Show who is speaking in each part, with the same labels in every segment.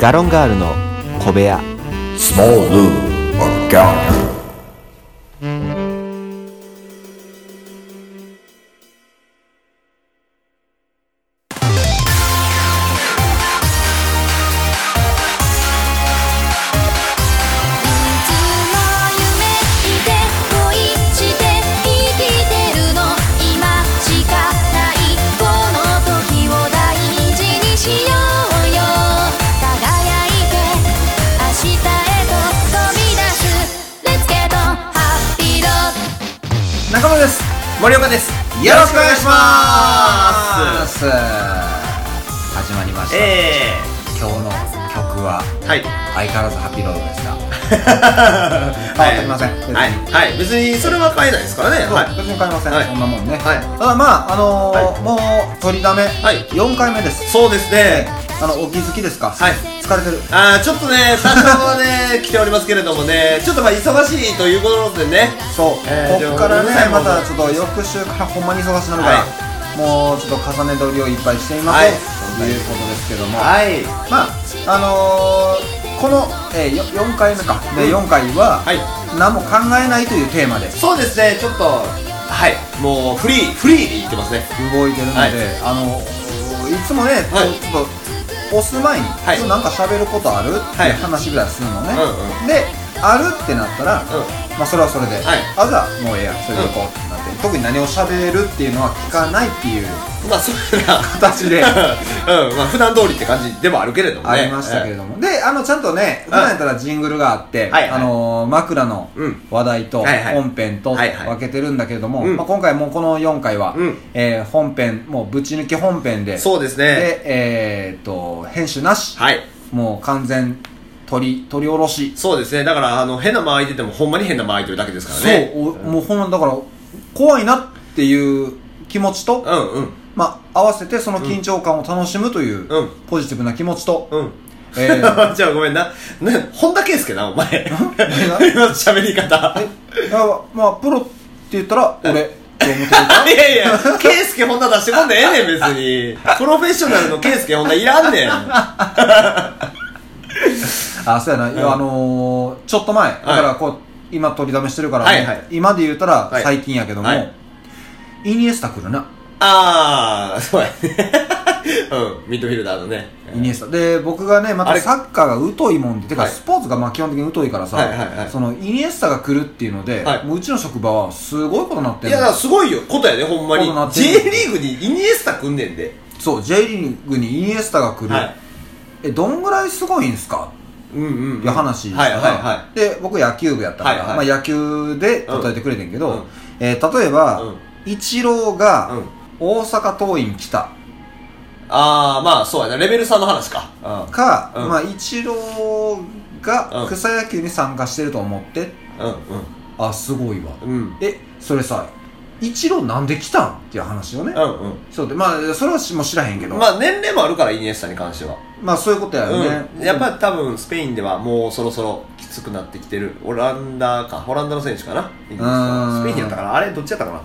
Speaker 1: ガロンガールの小部屋
Speaker 2: Small Lou or Gallo.
Speaker 3: いつも夢見て恋して生きてるの今しかないこの時を大事にしようよ輝いて明日へと飛び出す Let's get on happy road
Speaker 4: 中村です
Speaker 5: 森岡です
Speaker 4: よろしくお願いします始まりました、
Speaker 5: え
Speaker 4: 今日の曲は
Speaker 5: えはい
Speaker 4: 相変わらずハッピーロードでした
Speaker 5: はい
Speaker 4: 変わってきません
Speaker 5: はい、はい、別にそれは変えないですからね
Speaker 4: はい、別に
Speaker 5: は
Speaker 4: 買いません、
Speaker 5: はい
Speaker 4: そんなもんね、
Speaker 5: はい
Speaker 4: ただまああのーもう取りだめ、
Speaker 5: はい
Speaker 4: 4回目で
Speaker 5: い
Speaker 4: す
Speaker 5: そうですね
Speaker 4: あのお気づきですか
Speaker 5: はい
Speaker 4: 疲れてる
Speaker 5: あーちょっとね多少は ね来ておりますけれどもねちょっとまあ忙しいということでね
Speaker 4: そう、
Speaker 5: えー
Speaker 4: こっからね
Speaker 5: でも
Speaker 4: またちょっと翌週からほんまに忙しくなるから、
Speaker 5: は
Speaker 4: もうちょっと重ね取りをいっぱいしています、
Speaker 5: はい
Speaker 4: ということですけども、
Speaker 5: はい
Speaker 4: まああのー、この、えー、よ4回目かで4回は、
Speaker 5: はい
Speaker 4: 何も考えないというテーマで
Speaker 5: そうですねちょっとはいもうフリーフリーで言ってますね
Speaker 4: 動いてるので、
Speaker 5: はい
Speaker 4: あのいつもね、
Speaker 5: はい
Speaker 4: ちょっと押す前に、
Speaker 5: い
Speaker 4: ちょっとなんか喋ることあるって
Speaker 5: はい
Speaker 4: 話ぐらいするのね、
Speaker 5: うん
Speaker 4: であるってなったら、まあ、それはそれで、
Speaker 5: はい
Speaker 4: あじゃあもうええやそれでいこうってなって、特に何を喋るっていうのは聞かないっていう
Speaker 5: まあそういう ような
Speaker 4: 形で
Speaker 5: うんまあ普段通りって感じでもあるけれどもね
Speaker 4: ありましたけれども、であのちゃんとね普段やったらジングルがあって、
Speaker 5: はい
Speaker 4: あのー枕の
Speaker 5: うん
Speaker 4: 話題と
Speaker 5: はいはい
Speaker 4: 本編と
Speaker 5: はいはい
Speaker 4: 分けてるんだけれども、
Speaker 5: うん
Speaker 4: まあ、今回もうこの4回は、
Speaker 5: うん
Speaker 4: えー本編もうぶち抜き本編で
Speaker 5: そうですね
Speaker 4: でえーっと編集なし、
Speaker 5: はい
Speaker 4: もう完全取り取り下ろし、
Speaker 5: そうですねだからあの変な間空いててもほんまに変な間空いてるだけですから
Speaker 4: そう
Speaker 5: ね
Speaker 4: おもうほんまだから怖いなっていう気持ちと、
Speaker 5: うんうん
Speaker 4: まあ、合わせてその緊張感を楽しむという、
Speaker 5: うん
Speaker 4: ポジティブな気持ちと、
Speaker 5: うん
Speaker 4: えー
Speaker 5: じゃあごめんな。な、本田圭佑な、お前。
Speaker 4: が
Speaker 5: 今の喋り方。
Speaker 4: えだからまあプロって言ったら俺って思ってるか
Speaker 5: いやいや、圭佑本田出してこんでええねん、別に。プロフェッショナルの圭佑本田いらんねん。は
Speaker 4: あそうやな、いやあのー、ちょっと前、だからこう今取りだめしてるから、
Speaker 5: はいはい
Speaker 4: 今で言ったら
Speaker 5: はい
Speaker 4: 最近やけども、
Speaker 5: はい
Speaker 4: イニエスタ来るな
Speaker 5: あー、そうやね。 うん、ミッドフィルダーのね。
Speaker 4: イニエスタで僕がねま
Speaker 5: あ
Speaker 4: た
Speaker 5: れ
Speaker 4: サッカーが疎いもんでてか
Speaker 5: はい
Speaker 4: スポーツがまあ基本的に疎いからさ、
Speaker 5: はいはいはい
Speaker 4: そのイニエスタが来るっていうので、
Speaker 5: はい
Speaker 4: もううちの職場はすごいことになってる
Speaker 5: いや、だからすごいよ、ことやね、ほんまに
Speaker 4: ことな。ってん
Speaker 5: J
Speaker 4: ねん
Speaker 5: リーグにイニエスタ組んねんで。
Speaker 4: そう J リーグにイニエスタが来る、
Speaker 5: はい
Speaker 4: えどんぐらいすごいんすか
Speaker 5: うんうんうん。
Speaker 4: いう話した
Speaker 5: はい
Speaker 4: ら
Speaker 5: はいは
Speaker 4: で僕野球部やったから、
Speaker 5: はいはい
Speaker 4: まあ、野球で例えてくれてんけど、
Speaker 5: うん
Speaker 4: えー例えば、
Speaker 5: うん
Speaker 4: イチロー
Speaker 5: い。う
Speaker 4: が
Speaker 5: ん。
Speaker 4: 大阪桐蔭来た
Speaker 5: あー、まあそうやな、レベル3の話か。う
Speaker 4: か、
Speaker 5: うん
Speaker 4: まあ、イチローが
Speaker 5: うん
Speaker 4: 草野球に参加してると思って、
Speaker 5: ん。うん
Speaker 4: あすごいわ
Speaker 5: うん。うん。
Speaker 4: えそれさイチローなんで来たんっていう話をね、
Speaker 5: うんうん。
Speaker 4: そうでまあそれはしもう知らへんけど、まあ、
Speaker 5: まあ年齢もあるから、イニエスタに関しては。
Speaker 4: そういうことやよね、
Speaker 5: うん、やっぱり多分スペインではもうそろそろきつくなってきてるオランダかオランダの選手かなイギリス
Speaker 4: う
Speaker 5: の
Speaker 4: ん
Speaker 5: スペインやったからあれどっちやったかな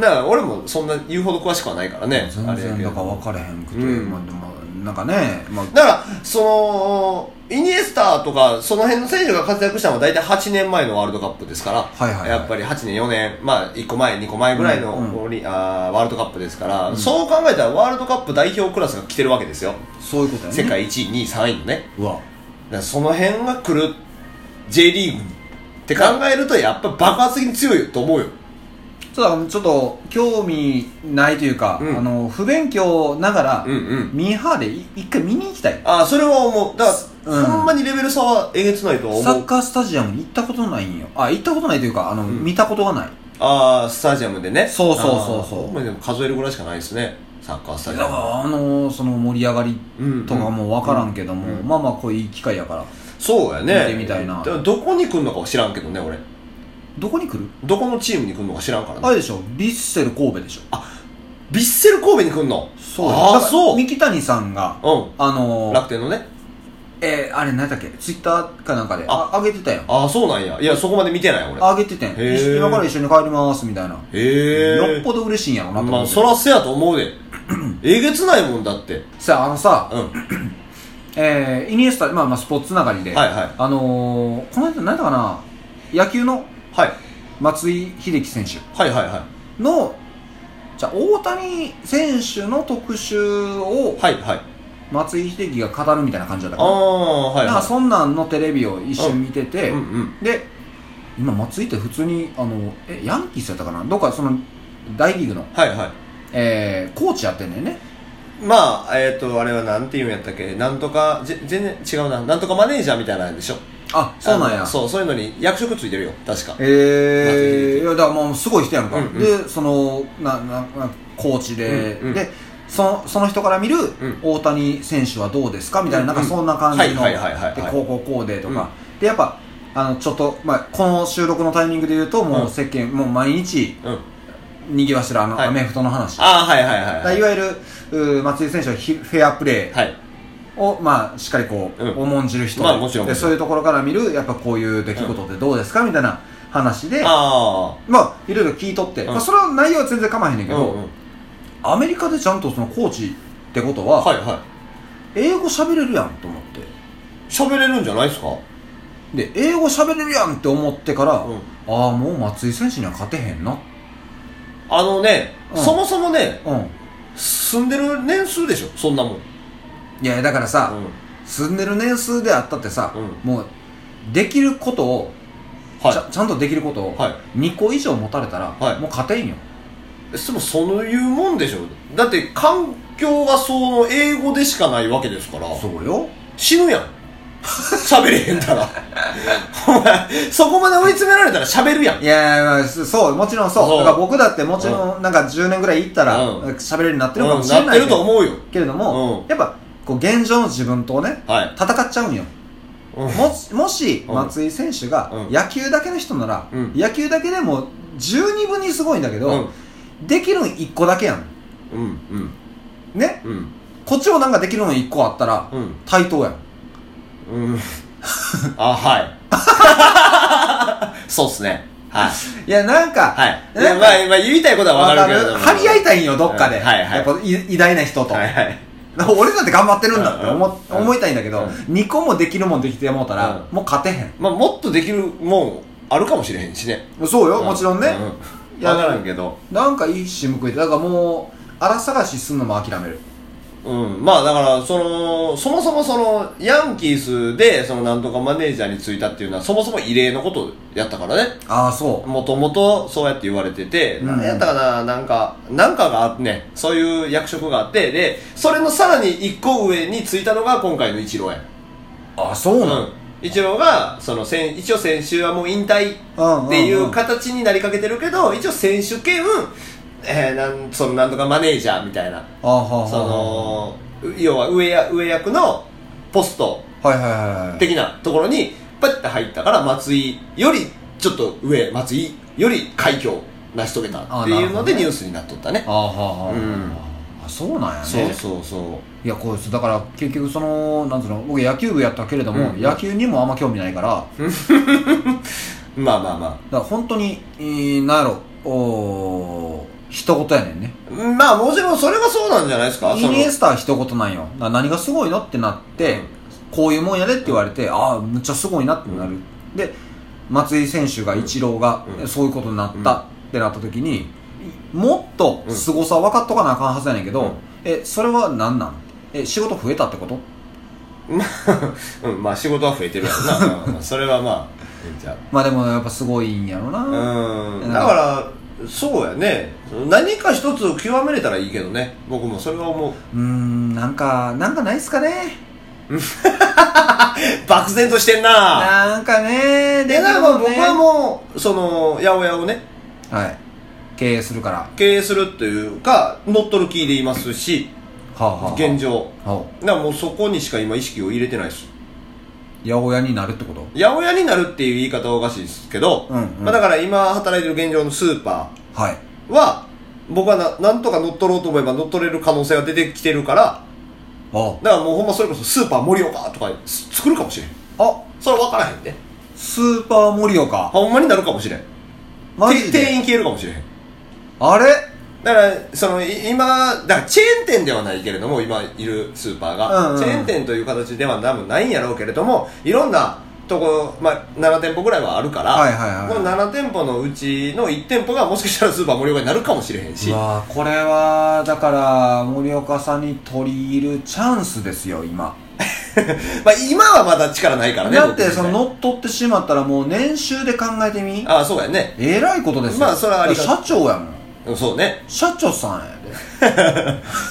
Speaker 5: だから俺もそんな言うほど詳しくはないからね
Speaker 4: 全
Speaker 5: あれや
Speaker 4: 然
Speaker 5: け
Speaker 4: だ
Speaker 5: ど
Speaker 4: から分からへんくて、
Speaker 5: うん
Speaker 4: まあ、でもなんかね、まあ、
Speaker 5: だからそのイニエスタとかその辺の選手が活躍したのは大体8年前のワールドカップですから、
Speaker 4: はいはいはい
Speaker 5: やっぱり8年4年まあ1個前2個前ぐらいの、
Speaker 4: うんう
Speaker 5: オリあーワールドカップですから、そう考えたらワールドカップ代表クラスが来てるわけですよ
Speaker 4: そういうことやね
Speaker 5: 世界1位2位3位のね
Speaker 4: うわ
Speaker 5: だからその辺が来る J リーグにって考えるとやっぱ爆発的に強いと思うよ
Speaker 4: そうだちょっと興味ないというか、
Speaker 5: うん
Speaker 4: あの不勉強ながら、
Speaker 5: うんうん
Speaker 4: ミーハーでい一回見に行きたい
Speaker 5: ああそれは思うだから、
Speaker 4: うん
Speaker 5: ほんまにレベル差はえげつないとは思
Speaker 4: サッ
Speaker 5: う
Speaker 4: カースタジアムに行ったことないんよあ行ったことないというかあの、
Speaker 5: ん
Speaker 4: 見たことがない
Speaker 5: ああスタジアムでね
Speaker 4: そうそうそうそう
Speaker 5: あーほんまにでも数えるぐらいしかないですねサッカースタ
Speaker 4: だ
Speaker 5: ジ
Speaker 4: か
Speaker 5: アム
Speaker 4: らあのその盛り上がり
Speaker 5: うん
Speaker 4: とかも分からんけども、
Speaker 5: うんうん
Speaker 4: まあまあこういういい機会やから
Speaker 5: そうやね
Speaker 4: 見てみたいな
Speaker 5: だからどこに来るのかは知らんけどね俺
Speaker 4: どこに来る
Speaker 5: どこのチームに来るのか知らんから
Speaker 4: あ
Speaker 5: ね
Speaker 4: れでしょヴィッセル神戸でしょ
Speaker 5: ヴィッセル神戸に来る
Speaker 4: だ
Speaker 5: の
Speaker 4: よ
Speaker 5: あ
Speaker 4: だ
Speaker 5: あ
Speaker 4: から
Speaker 5: そう
Speaker 4: 三木谷さんが
Speaker 5: う
Speaker 4: あ
Speaker 5: ん
Speaker 4: の
Speaker 5: 楽天のね
Speaker 4: えー、あれ何だっけツイッターかなんかであ
Speaker 5: あ
Speaker 4: 上げてたやん
Speaker 5: ああそうなんやいやそこまで見てない俺
Speaker 4: 上げててん
Speaker 5: へー
Speaker 4: 今から一緒に帰りますみたいな
Speaker 5: へえ
Speaker 4: よっぽど嬉しいんやろなと思
Speaker 5: ま
Speaker 4: っ
Speaker 5: あ
Speaker 4: て、
Speaker 5: そらせやと思うでえげつないもんだって
Speaker 4: さああのさ
Speaker 5: うん
Speaker 4: えーイニエスタ、まあ、まあスポーツつながりで、
Speaker 5: はいはい
Speaker 4: あのーこの間何だかな野球の
Speaker 5: はい
Speaker 4: 松井秀喜選手
Speaker 5: はいはいは
Speaker 4: のじゃあ大谷選手の特集を
Speaker 5: いはいはい
Speaker 4: 松井秀喜が語るみたいな感じだった
Speaker 5: あ
Speaker 4: かな,、
Speaker 5: あは
Speaker 4: な
Speaker 5: い
Speaker 4: んか
Speaker 5: は
Speaker 4: そんなんのテレビを一瞬見て
Speaker 5: い
Speaker 4: て、
Speaker 5: うんうん
Speaker 4: で今松井って普通にあのえヤンキースやったかなどっかその大リーグの、
Speaker 5: はいはい
Speaker 4: えーコーチやってんねんね
Speaker 5: まあえっ、とあれはなんていうんやったっけなんとかぜ全然違うななんとかマネージャーみたいなんでしょ
Speaker 4: あそうなん
Speaker 5: あ
Speaker 4: や
Speaker 5: のそうそういうのに役職ついてるよ確か
Speaker 4: ええいやだからもうすごい人やんか、
Speaker 5: うんうん
Speaker 4: でそのなななコーチで、
Speaker 5: うんうん
Speaker 4: でそのその人から見る
Speaker 5: ん
Speaker 4: 大谷選手はどうですかみたいな,、
Speaker 5: うんうん
Speaker 4: なんかそんな感じの
Speaker 5: はいはいはいはいはい
Speaker 4: でこうこうこうでとか、でやっぱあのちょっと、まあ、この収録のタイミングで言うとも
Speaker 5: うん
Speaker 4: う世間、もう毎日
Speaker 5: うん
Speaker 4: にぎわしてるあの、
Speaker 5: はい
Speaker 4: アメフトの話
Speaker 5: ああはいはいはい
Speaker 4: だから
Speaker 5: はいい
Speaker 4: わゆるうー松井選手はひフェアプレ
Speaker 5: はい
Speaker 4: ーを、まあ、しっかりこう、
Speaker 5: うん
Speaker 4: 重んじる人、
Speaker 5: まあもちろん
Speaker 4: でそういうところから見るやっぱこういう出来事ってどうですか、みたいな話で
Speaker 5: あ
Speaker 4: まあいろいろ聞いとって、
Speaker 5: うん
Speaker 4: まあ、それは内容は全然構わへんねん
Speaker 5: あ
Speaker 4: けど、
Speaker 5: うん
Speaker 4: アメリカでちゃんとそのコーチってことは、
Speaker 5: はいは
Speaker 4: 英語喋れるやんと思って
Speaker 5: い喋れるんじゃないですか
Speaker 4: で英語喋れるやんって思ってから、
Speaker 5: ん
Speaker 4: ああもう松井選手には勝てへんな
Speaker 5: あのね、
Speaker 4: うん
Speaker 5: そもそもね
Speaker 4: うん
Speaker 5: 住んでる年数でしょそんなもん
Speaker 4: いやだからさ、
Speaker 5: うん
Speaker 4: 住んでる年数であったってさ、
Speaker 5: う
Speaker 4: もうできることを、ちゃ
Speaker 5: は
Speaker 4: ちゃんとできることを
Speaker 5: はい
Speaker 4: 2個以上持たれたら、
Speaker 5: はい
Speaker 4: もう勝てんよ
Speaker 5: いでもそういうもんでしょだって環境がその英語でしかないわけですから
Speaker 4: そうよ
Speaker 5: 死ぬやん喋れへんから お前そこまで追い詰められたら喋るやん
Speaker 4: いやいやまあそそうもちろんそう
Speaker 5: そう
Speaker 4: だから僕だってもちろん、なんか10年ぐらい行ったら
Speaker 5: うん
Speaker 4: 喋、れるようになってるかも
Speaker 5: うん
Speaker 4: しれ
Speaker 5: なっ
Speaker 4: ないけ
Speaker 5: てる
Speaker 4: ど、
Speaker 5: と思うよ
Speaker 4: けれども、
Speaker 5: うん
Speaker 4: やっぱこう現状の自分とね
Speaker 5: はい
Speaker 4: 戦っちゃうんよ
Speaker 5: うん
Speaker 4: もしもし
Speaker 5: うん
Speaker 4: 松井選手が
Speaker 5: うん
Speaker 4: 野球だけの人なら、
Speaker 5: うん
Speaker 4: 野球だけでも十二分にすごいんだけ
Speaker 5: う
Speaker 4: ど、できるん1個だけやん
Speaker 5: うん
Speaker 4: ね
Speaker 5: うんうん
Speaker 4: こっちもなんかできるの1個あったら、
Speaker 5: うん
Speaker 4: 対等やん
Speaker 5: うんあはい そうっすねはい
Speaker 4: いやなんか、
Speaker 5: はいい
Speaker 4: な
Speaker 5: や
Speaker 4: ん
Speaker 5: ま
Speaker 4: か
Speaker 5: あまあ言いたいことはわかるけれども
Speaker 4: 張り合いたいんよどっかで、
Speaker 5: うんはいはい
Speaker 4: やっぱい偉大な人と、
Speaker 5: はいはい
Speaker 4: だから俺だって頑張ってるんだって思,、
Speaker 5: うん
Speaker 4: 思いたいんだけど、
Speaker 5: うん
Speaker 4: 2個もできるもんできてもうたら、
Speaker 5: う
Speaker 4: もう勝てへん
Speaker 5: まあもっとできるもんあるかもしれへんしね
Speaker 4: そうよ、もちろんね、
Speaker 5: うん、
Speaker 4: いや
Speaker 5: 分からんけど
Speaker 4: なんかいいし報いてだからもう荒探しすんのも諦める
Speaker 5: うん、まあだからそのそもそもそのヤンキースでそのなんとかマネージャーに就いたっていうのはそもそも異例のことやったからね
Speaker 4: ああそ
Speaker 5: もともとそうやって言われてて、
Speaker 4: うん
Speaker 5: 何やったかななんかなんかがあってねそういう役職があってでそれのさらに一個上に就いたのが今回のイチローや
Speaker 4: ああそう
Speaker 5: う
Speaker 4: なん
Speaker 5: イチローがその先一応先週はもう引退
Speaker 4: の、うん
Speaker 5: っていう
Speaker 4: か
Speaker 5: 形になりかけてるけど一応選手兼、えー、なんそのなんとかマネージャーみたいな
Speaker 4: ああはあはあ
Speaker 5: その要は上や上役のポスト
Speaker 4: はいはいはいはい
Speaker 5: 的なところにパッて入ったから松井よりちょっと上松井より快挙を成し遂げたっていうので
Speaker 4: あなるほどね
Speaker 5: ニュースになっとったね
Speaker 4: ああはあはあ、
Speaker 5: うん
Speaker 4: あそうなんやね
Speaker 5: そうそうそう
Speaker 4: いやこうですだから結局そのなんつうの僕野球部やったけれども、
Speaker 5: うん
Speaker 4: 野球にもあんま興味ないからだか
Speaker 5: まあまあま
Speaker 4: ら本当に、えー、なんやろお一言やねんね
Speaker 5: あまあもちろんそれはそうなんじゃないですか
Speaker 4: イニエ
Speaker 5: そ
Speaker 4: スタは一言なんよな何がすごいのってなって、
Speaker 5: うん
Speaker 4: こういうもんやでって言われて、ああむっちゃすごいなってなる、で松井選手がイチローが、
Speaker 5: うん
Speaker 4: そういうことになったってなった時に、もっと凄さ分かっとかなあかんはずやねんけど、
Speaker 5: うん
Speaker 4: えそれは何なんえ仕事増えたってこと
Speaker 5: の、うん、まあ仕事は増えてるや ろなまあまあそれはまあいいんちゃう
Speaker 4: まあでもやっぱすごいんやろな、
Speaker 5: うんだからそうやね何か一つを極めれたらいいけどね僕もそれは思う
Speaker 4: うーんなんかなんかないっすかね
Speaker 5: 漠然としてんな
Speaker 4: なんかね
Speaker 5: でなんか僕は
Speaker 4: う
Speaker 5: もうその八百屋をね
Speaker 4: はい経営するからは
Speaker 5: 経営するっていうか乗っ取る気でいますし
Speaker 4: あ、はあはあ、
Speaker 5: 現状
Speaker 4: はあ
Speaker 5: だからもうそこにしか今意識を入れてないです
Speaker 4: 八百屋になるってこと
Speaker 5: 八百屋になるっていう言い方はおかしいですけど、
Speaker 4: うんうん
Speaker 5: まあ、だから今働いてる現状のスーパ
Speaker 4: はい
Speaker 5: ーは僕はななんとか乗っ取ろうと思えば乗っ取れる可能性が出てきてるから
Speaker 4: あ
Speaker 5: だからもうほんまそれこそスーパー盛岡とかす作るかもしれん
Speaker 4: あ
Speaker 5: それ分からへんね
Speaker 4: スーパー盛岡
Speaker 5: ほんまになるかもしれん。
Speaker 4: マ
Speaker 5: て
Speaker 4: ジ
Speaker 5: 店
Speaker 4: で
Speaker 5: 員消えるかもしれへん。
Speaker 4: あれ
Speaker 5: だからそのい今だからチェーン店ではないけれども今いるスーパーが、
Speaker 4: うんうん
Speaker 5: チェーン店という形では多分ないんやろうけれどもいろんなとこ、まあ、7店舗ぐらいはあるから、
Speaker 4: はいはいはい
Speaker 5: この7店舗のうちの1店舗がもしかしたらスーパー盛岡になるかもしれへんし
Speaker 4: うわーこれはだから森岡さんに取り入るチャンスですよ今
Speaker 5: まあ今はまだ力ないからね
Speaker 4: だって
Speaker 5: 僕
Speaker 4: その
Speaker 5: みたい
Speaker 4: 乗っ取ってしまったらもう年収で考えてみ
Speaker 5: なああそうやね
Speaker 4: えらいことですよ
Speaker 5: まあそれはありがたい
Speaker 4: 社長やもん
Speaker 5: うんそうね
Speaker 4: 社長さんやで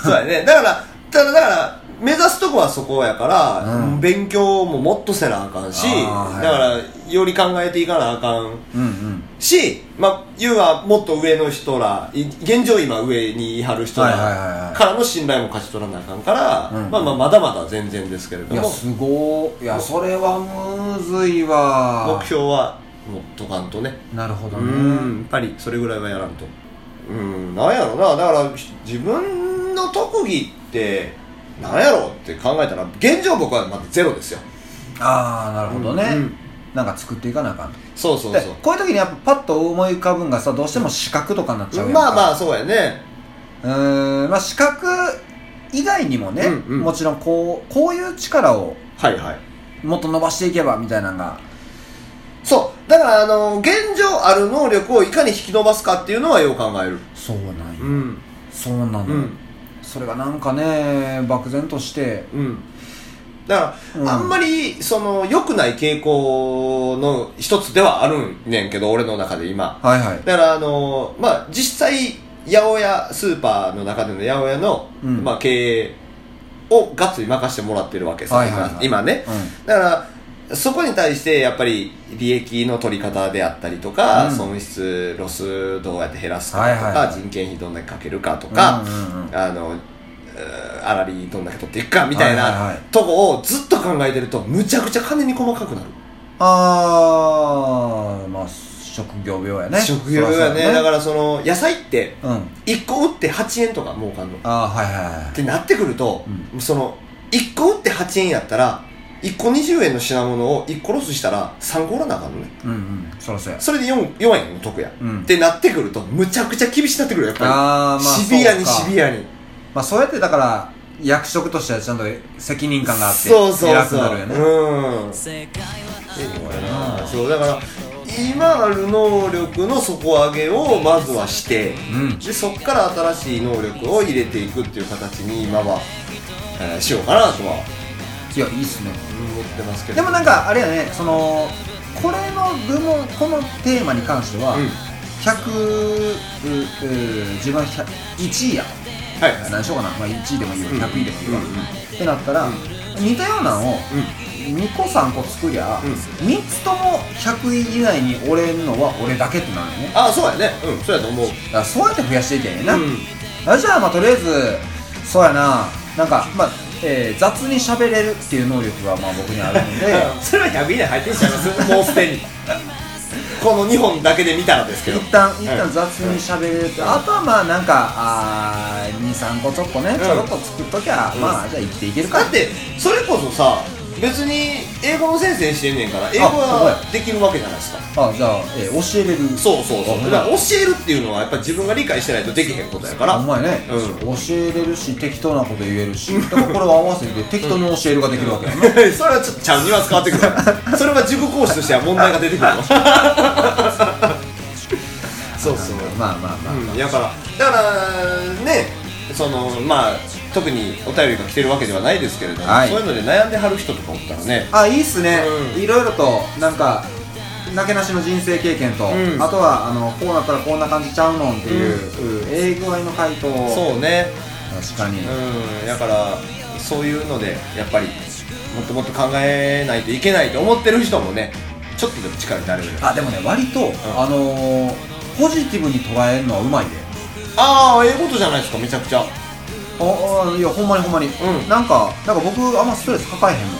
Speaker 5: そうやねだからただだから目指すとこはそこやから、
Speaker 4: うん
Speaker 5: 勉強ももっとせなあかんし、
Speaker 4: あーはい
Speaker 5: だからより考えていかなあかん
Speaker 4: うんうん
Speaker 5: し、まあ、言うはもっと上の人ら、い現状今上にいはる人
Speaker 4: はいはいはいは
Speaker 5: ら
Speaker 4: い
Speaker 5: からの信頼も勝ち取らなあかんから、
Speaker 4: うん
Speaker 5: まあまあまだまだ全然ですけれど
Speaker 4: いや
Speaker 5: も、
Speaker 4: すごーいやそれはむずいわ
Speaker 5: 目標は持っとかんとね。
Speaker 4: なるほど
Speaker 5: う
Speaker 4: ね
Speaker 5: ん、やっぱりそれぐらいはやらんと。うん、なんやろな、だからひ自分の特技って、なんやろって考えたら、現状僕はまだゼロですよ。
Speaker 4: ああなるほどね、
Speaker 5: うんうん
Speaker 4: なんか作っていかなあかんと
Speaker 5: そうそう
Speaker 4: で
Speaker 5: そう。
Speaker 4: こういう時にやっぱパッと思い浮かぶんがさどうしても資格とかになっちゃうやんか
Speaker 5: まあまあ、そうやね。
Speaker 4: うーんまあ資格以外にもね、
Speaker 5: うんうん
Speaker 4: もちろんこうこういう力を
Speaker 5: はいはい。
Speaker 4: もっと伸ばしていけばみたいなのが
Speaker 5: そう。だから、あの、現状ある能力をいかに引き伸ばすかっていうのはよう考える。
Speaker 4: そうなんや、
Speaker 5: ん。
Speaker 4: そうなの、
Speaker 5: うん。
Speaker 4: それがなんかね漠然として
Speaker 5: うん。だから、
Speaker 4: うん
Speaker 5: あんまり、その、良くない傾向の一つではあるんねんけど、俺の中で今。
Speaker 4: はいはい
Speaker 5: だから、あの、まあ、実際、八百屋、スーパーの中での八百屋の、
Speaker 4: うん
Speaker 5: まあ、経営をがっつり任せてもらってるわけさ、
Speaker 4: はいはいはい
Speaker 5: 今ね。だからそこに対してやっぱり利益の取り方であったりとか、
Speaker 4: うん
Speaker 5: 損失ロスどうやって減らすかとか、
Speaker 4: はいはいはい
Speaker 5: 人件費どんだけかけるかと
Speaker 4: うん
Speaker 5: か、
Speaker 4: うんうん
Speaker 5: あのうー粗利どんだけ取っていくかみたい
Speaker 4: はいはいは
Speaker 5: ないとこをずっと考えてるとむちゃくちゃ金に細かくなる、
Speaker 4: ああまあ職業病やね
Speaker 5: 職業やねだ
Speaker 4: ら
Speaker 5: からその野菜って
Speaker 4: うん
Speaker 5: 1個売って8円とか儲かんのっ
Speaker 4: ああはいはいはい
Speaker 5: てなってくると、その1個売って8円やったら1個20円の品物を1個ロスしたら3個売らなあかんのね
Speaker 4: うんうんそらそうや
Speaker 5: それで 4, 4円の得や、
Speaker 4: うん
Speaker 5: ってなってくるとむちゃくちゃ厳しくなってくるよやっぱり、
Speaker 4: あーまあ
Speaker 5: シビアに
Speaker 4: そうか
Speaker 5: シビアに
Speaker 4: まあそうやってだから役職としてはちゃんと責任感があって
Speaker 5: そうそう
Speaker 4: 偉く
Speaker 5: そう
Speaker 4: なるよね
Speaker 5: うんそうだから今ある能力の底上げをまずはして、
Speaker 4: うん
Speaker 5: でそこから新しい能力を入れていくっていう形に今は、えーしようかなとはい
Speaker 4: やいいっすね
Speaker 5: 思ってますけど
Speaker 4: でもなんかあれやねそのこれの部門このテーマに関しては、
Speaker 5: うん
Speaker 4: 100うう自分は100 1位や
Speaker 5: はいはい
Speaker 4: 何しようかな、まあ、1位でもいいわ
Speaker 5: うん
Speaker 4: 100位でもいいわ、
Speaker 5: うんうん
Speaker 4: ってなったら、似たようなのを2個3個作りゃ、
Speaker 5: うん
Speaker 4: 3つとも100位以内に俺んのは俺だけってなるよねだか
Speaker 5: ああそうやねうんそうやと思う
Speaker 4: らそうやって増やしていけんやな、
Speaker 5: うん
Speaker 4: あじゃあまあとりあえずそうやななんかまあ、えー雑に喋れるっていう能力がまあ僕にあるので
Speaker 5: それは100位以内入ってんちゃいますもうすでにこの2本だけで見たらですけど
Speaker 4: 一旦
Speaker 5: うん
Speaker 4: 一旦雑に喋れるって、あとはまあなんかあ23個ちょっとね、
Speaker 5: ん
Speaker 4: ちょろっと作っときゃ、
Speaker 5: ん
Speaker 4: まあじゃあ生きていけるか
Speaker 5: だってそれこそさ別に英語の先生してんねんから英語はできるわけじゃないですか
Speaker 4: あじゃあ、えー教えれる
Speaker 5: そうそうそう
Speaker 4: あ
Speaker 5: だから教えるっていうのはやっぱ自分が理解してないとできへんことやから
Speaker 4: ほんまやね、
Speaker 5: う
Speaker 4: 教えれるし適当なこと言えるしだからこれを合わせて適当に教えるができるわけやね、
Speaker 5: それはちょっとちゃうニュアンス変わってくるからそれは塾講師としては問題が出てくるのそうそう
Speaker 4: まあまあまあ、
Speaker 5: うんだからだからねそのまあ特にお便りが来てるわけではないですけれども、
Speaker 4: はい
Speaker 5: そういうので悩んではる人とかおったらね
Speaker 4: あいいっすね、
Speaker 5: うん
Speaker 4: いろいろとなんかなけなしの人生経験と、
Speaker 5: ん
Speaker 4: あとはあのこうなったらこんな感じちゃうのんっていう、うんええ具合の回答
Speaker 5: そうね
Speaker 4: 確かに、
Speaker 5: うんだからそういうのでやっぱりもっともっと考えないといけないと思ってる人もねちょっとでも力になれるよ
Speaker 4: あでもね割と、あのーポジティブに捉えるのはうまいで
Speaker 5: ああええことじゃないですかめちゃくちゃ
Speaker 4: ああいやほんまにほんまに、
Speaker 5: うん
Speaker 4: なんかなんか僕あんまストレス抱えへん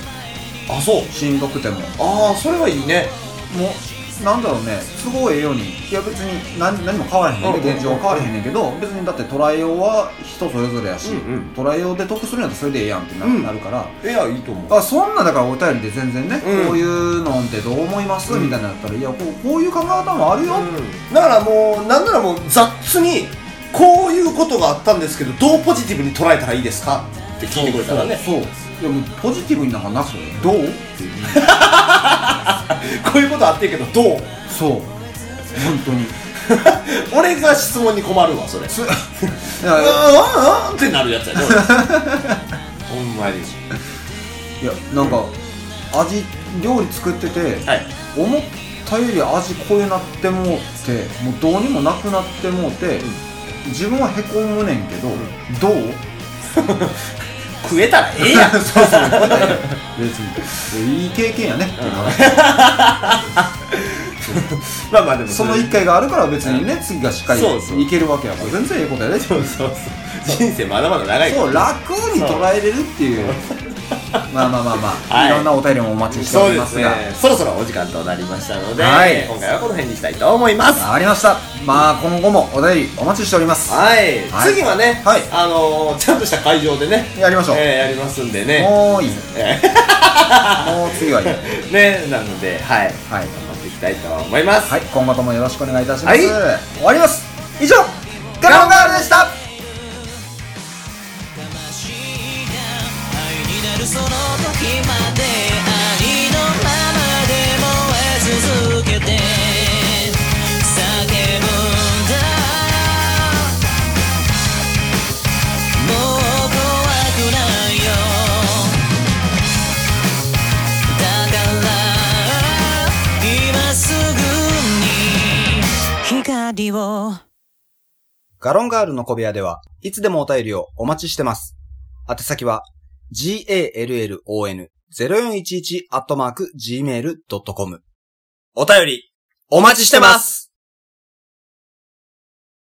Speaker 4: の
Speaker 5: あそう
Speaker 4: しんどくてもも
Speaker 5: ああそれはいいね
Speaker 4: うなんだろうね都合ええようにいや別に何何も変わらへんねん
Speaker 5: うんうん
Speaker 4: 現状は変わらへんねんけど別にだって捉えようは人それぞれやし、
Speaker 5: うんうん
Speaker 4: 捉えようで得するんやったらそれでええやんってな,、
Speaker 5: うん
Speaker 4: なるから
Speaker 5: いやいいと思う
Speaker 4: あそんなだからお便りで全然ね、
Speaker 5: うん
Speaker 4: こういうのんってどう思います、みたいなのやったらいやこうこういう考え方もあるよ、
Speaker 5: うんだからもうなんならもう雑にこういうことがあったんですけどどうポジティブに捉えたらいいですかって聞いてくれたらね
Speaker 4: そうそういやもうポジティブになんかなくてどうっていう
Speaker 5: こういうことあってるけどどう
Speaker 4: そう本当に
Speaker 5: 俺が質問に困るわそれ
Speaker 4: つ
Speaker 5: う
Speaker 4: だ
Speaker 5: ん
Speaker 4: か
Speaker 5: う
Speaker 4: ら
Speaker 5: んうんってなるやつやね俺 ほんまに
Speaker 4: いやなんか味料理作ってて、
Speaker 5: はい
Speaker 4: 思ったより味濃いなってもうてもうどうにもなくなってもうて、自分はへこむねんけど、どう
Speaker 5: 食えたらええや ん
Speaker 4: そうそう別にいい経験やねっていうのは
Speaker 5: まあまあでも
Speaker 4: その1回があるから別にね、次がしっかり
Speaker 5: そうそう
Speaker 4: いけるわけやから全然ええことやで
Speaker 5: そうそうそう人生まだまだ長いから
Speaker 4: そう楽に捉えれるっていうまあまあまあまあ、
Speaker 5: はい
Speaker 4: い、ろんなお便りもお待ちして
Speaker 5: そ
Speaker 4: お
Speaker 5: う
Speaker 4: り
Speaker 5: で
Speaker 4: ますすが
Speaker 5: ねそろそろお時間となりましたので、
Speaker 4: はい
Speaker 5: 今回はこの辺にしたいと思います
Speaker 4: ありましたまあ今後もお便りお待ちしております
Speaker 5: はい、
Speaker 4: はい
Speaker 5: 次はね、
Speaker 4: はい
Speaker 5: あのーちゃんとした会場でね
Speaker 4: やりましょう
Speaker 5: えーやりますんでね
Speaker 4: もういい
Speaker 5: え
Speaker 4: もう次はいい
Speaker 5: ーねなのでは
Speaker 4: は
Speaker 5: い
Speaker 4: い、
Speaker 5: 頑張っていきたいと思います、
Speaker 4: はい、今後ともよろしくお願いいたします、
Speaker 5: はい
Speaker 4: 終わります以上ガランガールでした
Speaker 6: 続けて叫ぶんだもう怖くないよだから今すぐに光を
Speaker 1: ガロンガールの小部屋では、いつでもお便りをお待ちしてます。宛先は、gallon0411-gmail.com。お便り、お待ちしてます